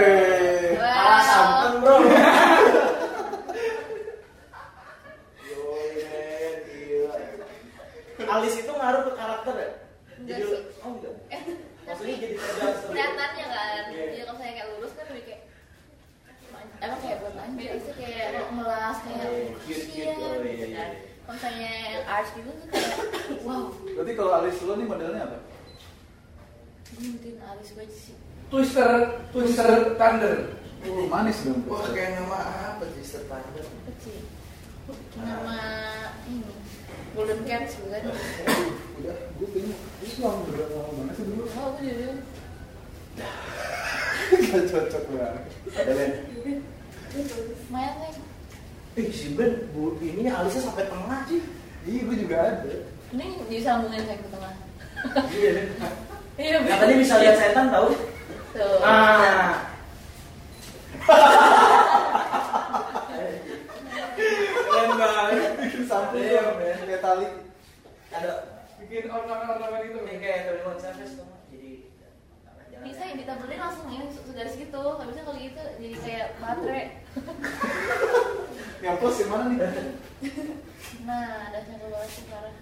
B: Wow.
C: Ah, santan bro. Yoi, men, gila. Alis itu ngaruh ke karakter ya?
B: Enggak
C: Jadi,
B: sih.
C: oh enggak.
B: Eh,
C: Maksudnya
B: tapi
C: jadi cerdas.
B: kelihatannya kan
C: Iya.
B: jadi kalau saya kayak lurus kan lebih kayak emang kayak buat anjir sih kayak melas kayak
C: Iya, cute,
B: iya
C: cute. Oh, iya,
B: gitu
C: iya,
B: kan
C: iya.
B: kalau misalnya yang arts gitu tuh kayak [COUGHS] wow
D: Berarti kalau alis lu nih modelnya apa?
B: gue mungkin alis gue aja sih
E: twister twister thunder
D: Oh, manis dong.
C: Wah, kayak nama apa sih standar?
B: kecil nama ini golden cat bukan
D: Udah, gue pengen. Lu lama berapa lama banget sih dulu?
B: oh gue jadi
D: Gak cocok banget.
C: Ben.
B: lumayan kan
C: Ih, si Ben, bu, ini alisnya sampai tengah sih.
D: Iya, gue juga ada.
B: Mending disambungin kayak ke tengah.
C: Iya, Nen.
B: [LAUGHS] Iya,
C: Katanya bisa lihat setan tahu?
B: Tuh.
C: Ah. Keren banget.
D: bikin sampul dong men kayak tali
C: Ada
E: bikin ornamen-ornamen gitu
C: ini
E: men.
C: kayak Doraemon Service tuh. Jadi jangan-
B: Bisa yang ditambelin langsung ini sudah segitu. Habisnya kalau gitu jadi kayak baterai.
D: yang plus yang mana nih
B: Nah, dasnya keluar sih parah.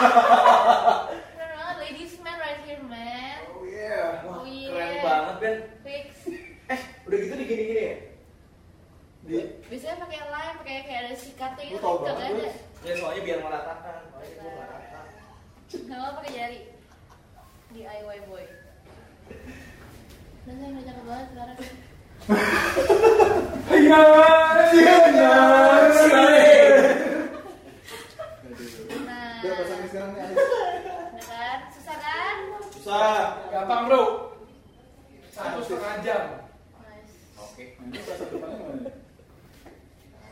B: Wow. Keren banget, ladies man right here man.
D: oh yeah
C: Wah,
B: Iya.
C: keren banget Ben.
B: Fix.
C: Eh, udah gitu digini-gini ya?
D: di
B: Biasanya pakai lime, pakai kayak ada sikatnya gitu.
D: Lu tau
B: nggak
D: banget,
B: ada.
C: Ya soalnya biar meratakan. Soalnya gua merata.
B: Nggak apa pakai jari. DIY boy. Dan saya udah cakep banget sekarang.
E: Iya, iya, iya.
B: Nah,
D: udah pasangin sekarang nih
B: udah kan? Susah kan?
D: susah
E: Gampang bro. Satu setengah jam.
B: Nice.
C: Oke.
D: ini pasang depannya mana nih?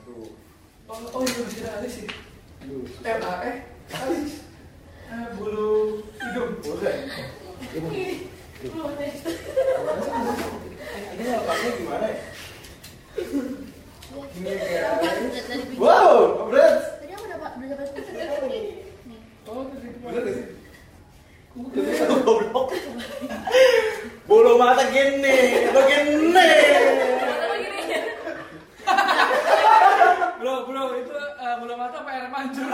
D: aduh
E: Oh, oh iya bisa alis sih.
D: aduh susah.
E: M A E alis. Eh, bulu hidung.
D: boleh
B: Belum deh.
D: ini lepasnya gimana ya
B: Iya.
E: Ini kayak
B: Dari- dari pinggir.
D: wow berat
B: Tadi aku udah udah dapat tiket nih. Nih.
E: Oh, terus itu
D: berat gak sih
C: Goblok. [LAUGHS] Bulu mata gini, begini.
E: Bro, bro, itu eh, bulu mata apa air mancur?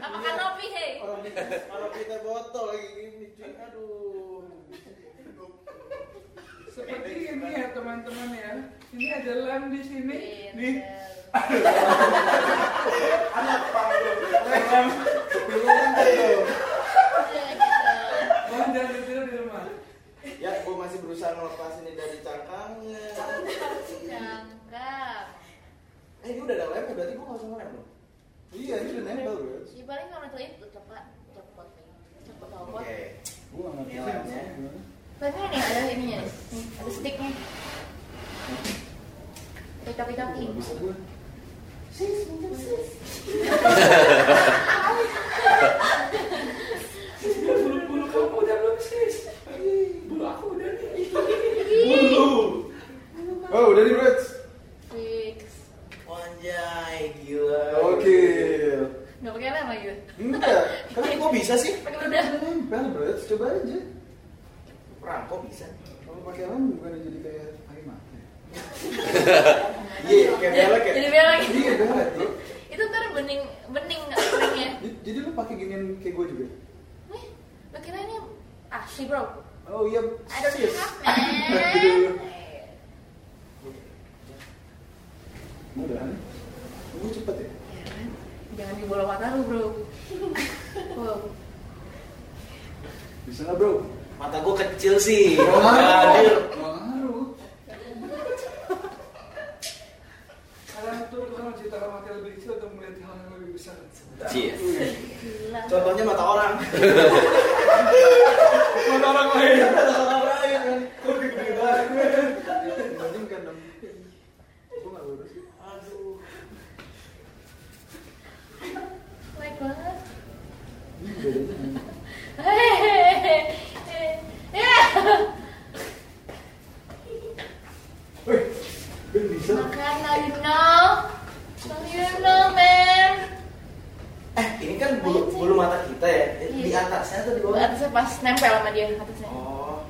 B: Apa kanopi, hei?
D: orang kita orang kita botol lagi gini cuy aduh
E: Seperti ini ya teman-teman ya. Ini ada lem di sini.
B: Iya,
E: Di
D: Bingung kan tuh.
B: Iya, gitu.
E: Mohon jangan ditiru di rumah.
D: ya gue masih berusaha ngelepas ini dari cangkangnya
B: Cangkang.
C: Eh, ini udah ada lemnya berarti gua enggak usah ngelem dong.
D: iya ini udah nempel bro
B: Ya paling kalau telit cepat cepat nih. Cepat apa?
C: Oke.
D: gue gak ngerti lemnya gimana.
B: Tapi ini ada ininya. Nih, ada sticknya. Coki-coki.
D: Nggak bisa gue
B: Sis, mungkin sis.
E: Bulu bulu kamu udah belum sis? Bulu aku udah nih.
D: oh udah nih bro
B: Fix.
C: Anjay, gila.
D: oke
B: Nggak pakai lem lagi.
D: enggak
C: Tapi kok bisa sih?
B: Pakai
D: kan
B: udah.
D: udah nempel bro coba aja
C: Perangkok bisa.
D: kalau pakai lem bukan jadi kayak air mata ya?
C: Iya, kayak belek ya.
B: Jadi belek.
D: iya berat bro
B: Itu ntar bening bening keringnya.
D: J- jadi lu pakai ginian kayak gue juga
B: Nih, lo kira ini asli bro?
D: oh iya
B: I don't
D: serius
B: have
D: Aduh.
B: man.
D: mudahan gue eh? cepet ya
B: Ya kan? Jangan di bola mata lu
C: [LAUGHS]
B: bro. Wow.
D: bisa nggak bro
C: Mata gua kecil sih.
D: Nggak
C: Hadir.
D: ngaruh
E: Kalian tuh Tuhan menciptakan mata yang lebih kecil untuk melihat hal yang lebih besar.
F: Cie.
B: Gila.
C: Contohnya mata orang. [LAUGHS]
E: Mata orang lain.
D: Kok gede banget gue? Dibandingkan dong. Gue nggak lurus sih.
C: Aduh.
B: Like banget.
D: Ini bedanya.
B: Hehehe. Ya.
D: Wih, Ben bisa.
B: Makan now you know. Now you know man.
C: Eh, ini kan bulu, bulu mata kita ya. Di
B: Iya.
C: atasnya atau di
B: Gua
C: bawah?
B: atasnya pas nempel sama dia atasnya.
C: Oh.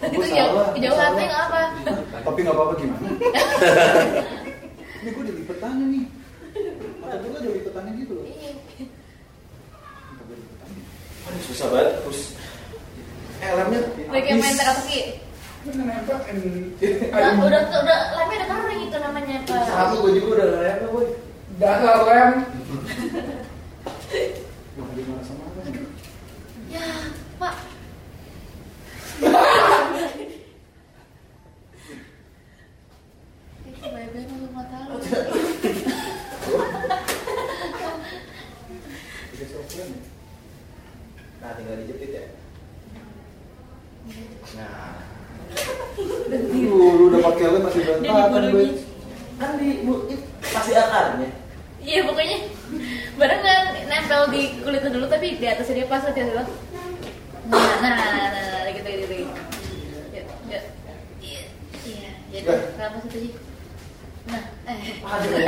D: Oh,
B: Itu
D: gua
B: jauh,
D: salah, gua
B: jauh
D: salah.
B: atasnya nggak apa.
D: Tapi nggak apa-apa gimana? [LAUGHS] Ini gue dilipet tangan nih. Mata gue udah lipet tangan gitu loh.
B: Iya.
D: Mata gue dilipet tangan.
C: Aduh, susah banget. Terus eh, lemnya
B: Udah kayak main teka-teki.
E: Bener nempel.
B: Udah, udah, udah, lemnya udah kering itu gitu namanya pak.
C: Sama gua juga udah nggak lemnya, boy.
E: Dasar lem.
D: Wah, dia marah sama apa? nih?
B: Ya, pak. Itu bayar-bayar untuk mata lu.
D: Tiga sopan ya?
C: Nah, tinggal dijepit ya. Nah,
D: Aduh, lu udah pakai lem masih
B: Dia
D: berantakan
B: dibully.
D: gue.
C: kan di mu- it- pasti akarnya
B: Iya pokoknya barengan nempel di kulitnya dulu tapi di atasnya dia pas di atasnya dia pas. Nah, nah, nah, nah, gitu gitu. gitu. Ya, ya. Iya, iya. Jadi
D: Udah.
B: kamu situ aja. Nah, eh.
C: Aduh.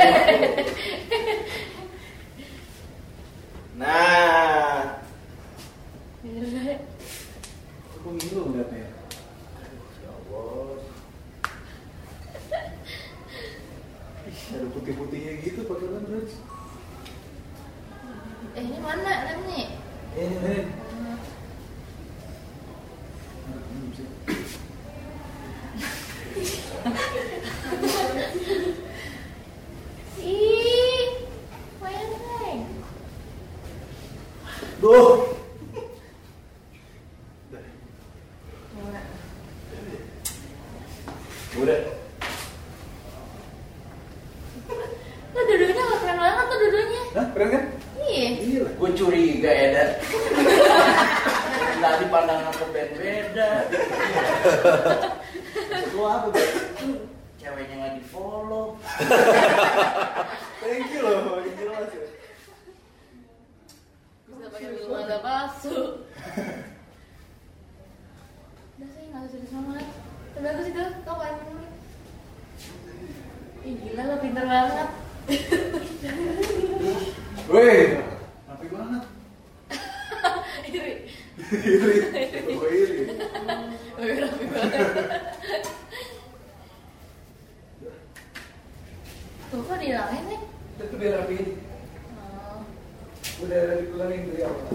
C: [LAUGHS] nah
D: Aku ngilu ngeliatnya.
C: ya allah
D: Ada putih-putihnya gitu pakai lenses.
B: Eh, ini mana remnya?
C: ini ini
B: Hmm,
D: Hmm, sih.
B: [LAUGHS] Ih, wayang.
C: duh udah
B: Lo dua-duanya gak keren banget tuh dua-duanya
D: Hah, keren kan?
B: Iya
D: Iya lah.
C: gue curiga ya dan tadi pandangan ke band beda
D: Lu apa? Bang?
C: ceweknya nggak di follow
D: Thank you loh, ini jelas ya.
B: Bisa pakai bulu mata palsu [LAUGHS] Udah sih gak usah disemangat Tapi bagus itu, kau paling dulu Ih gila lo pinter [LAUGHS] banget
D: Weh, rapi banget.
B: Iri
D: Iri, gue iri.
B: Lebih rapi banget Tuh kok dihilangin nih?
E: Itu udah rapiin,
B: Oh.
E: udah dikeluarin dari awal.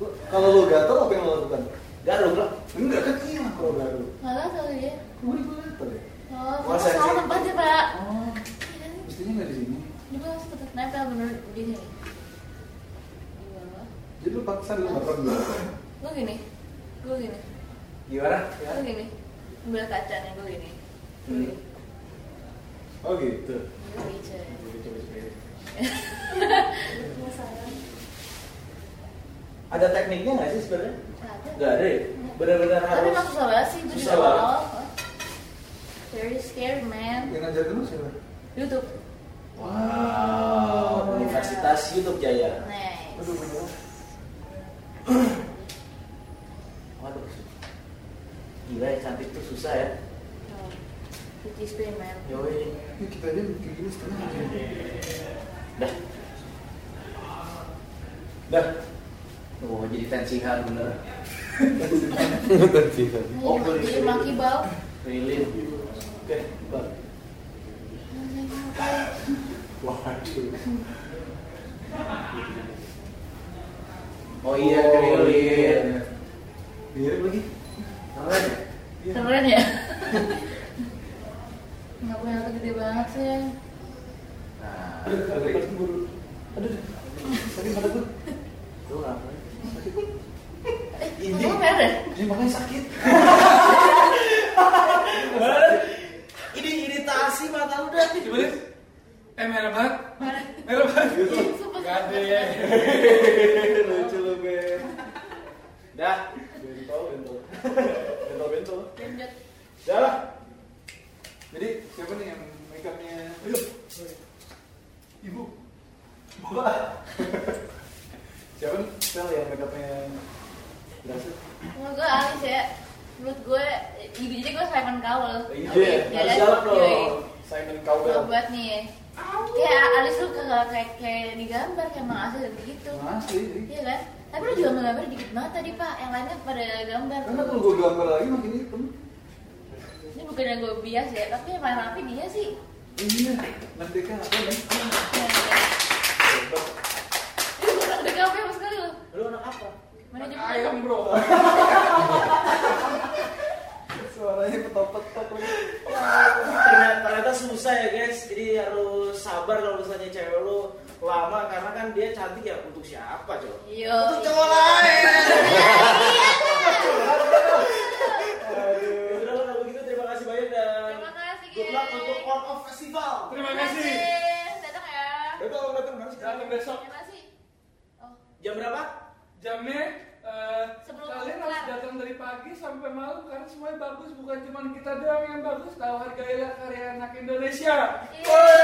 D: Lu- Kalau lu gatel apa yang lo lakukan?
C: garuk lah
D: Enggak kan hilang kalau gatel.
B: Gak tau kali ya
D: Kemarin gue gatel ya.
B: Oh,
C: Wah,
B: kamu salah
C: sensi.
B: tempatnya pak
D: Oh,
B: Iya nih.
D: mestinya nggak di sini.
B: Ini gue harus tetap nempel bener di sini. Di bawah.
D: Jadi lu paksa lu nggak pernah.
B: Gue gini, gue gini,
C: gimana
B: gue gini. Ambil kaca nih gue gini. Gue
C: Hmm.
B: gini.
D: Oh gitu.
B: Gue bisa.
C: ada tekniknya nggak sih sebenarnya
B: Ada.
C: nggak ada ya benar-benar
B: Tapi
C: harus
B: emang susah banget sih itu di
C: Susah banget.
B: awal. Very scary man.
D: Yang ngajarin lu siapa?
B: YouTube.
C: wow universitas YouTube Jaya
B: Nice.
D: Aduh, bener.
C: waduh gila ya cantik tuh susah ya
B: Itu eksperimen.
C: yoi
D: Ini kita aja bikin gini setengah aja.
C: dah dah Oh, jadi tensihan bener.
F: Tadi kan.
B: Ini
C: Oh,
B: jadi-
C: boleh.
B: jadi maki bau.
C: Lilin. Oke, bang.
D: Waduh.
C: Oh iya, krilin.
D: Mirip lagi.
C: Keren ya?
B: Keren ya. Nggak punya otak gede banget sih.
C: Nah,
D: Aduh, ada
C: krilin.
D: pas keburu. Aduh, tadi mata gue.
C: Lu ngapain?
B: Eh,
D: Ini.
B: kamu merah deh.
D: Ini makanya sakit.
C: [LAUGHS] Ini iritasi mata lu dah.
E: Gimana? Eh merah banget, merah banget.
B: Sumpah,
E: Gak ada
B: sumpah.
E: ya.
D: [LAUGHS] Lucu lu, Ben.
C: Dah.
D: Bentol, bentol. Bentol, bentol.
B: Genjot.
D: Ya lah.
E: Jadi siapa nih yang make upnya?
D: Ibu. Bapak. Siapa nih? Sel yang makeupnya berhasil.
B: Menurut gue alis ya. Menurut gue, jadi jadi gue Simon Cowell.
D: Iya,
B: Oke,
C: harus
B: jadi-
C: jawab dong.
B: yoi.
D: Simon
B: Gue
D: Cowell.
B: buat nih ya. Kayak alis lu kagak kayak kayak digambar kayak emang asli dan gitu.
D: Masih.
B: Iya kan? Tapi lu juga menggambar dikit banget tadi pak. Yang lainnya pada gambar.
D: Karena kalau gue gambar lagi makin hitam.
B: Ini bukan yang gue bias ya, tapi yang paling rapi dia sih.
D: Iya. Merdeka apa nih?
B: Ini kurang dekat apa sama sekali lu?
C: Lu anak apa?
B: Manajemen.
E: Ayam bro.
D: Suaranya ketok-ketok lagi.
C: Ternyata, ternyata susah ya guys. Jadi harus sabar kalau misalnya cewek lu lama karena kan dia cantik ya untuk siapa coba?
B: Yo.
C: Untuk cowok lain.
D: Aduh.
C: Ya Udah lah kalau begitu terima kasih banyak dan
B: Terima kasih.
C: good luck
B: guys.
C: untuk One Off Festival.
E: Terima
B: Terima
E: kasih.
B: kasih. Datang ya.
C: Betul, datang
E: Datang besok
B: Terima kasih. Oh,
C: Jam berapa?
E: jamnya eh,
B: Sebelum
E: eh, kalian harus datang dari pagi sampai malam karena semuanya bagus bukan cuma kita doang yang bagus tahu hargailah karya anak Indonesia
B: Iya.
D: 네,
C: ya,
D: 아,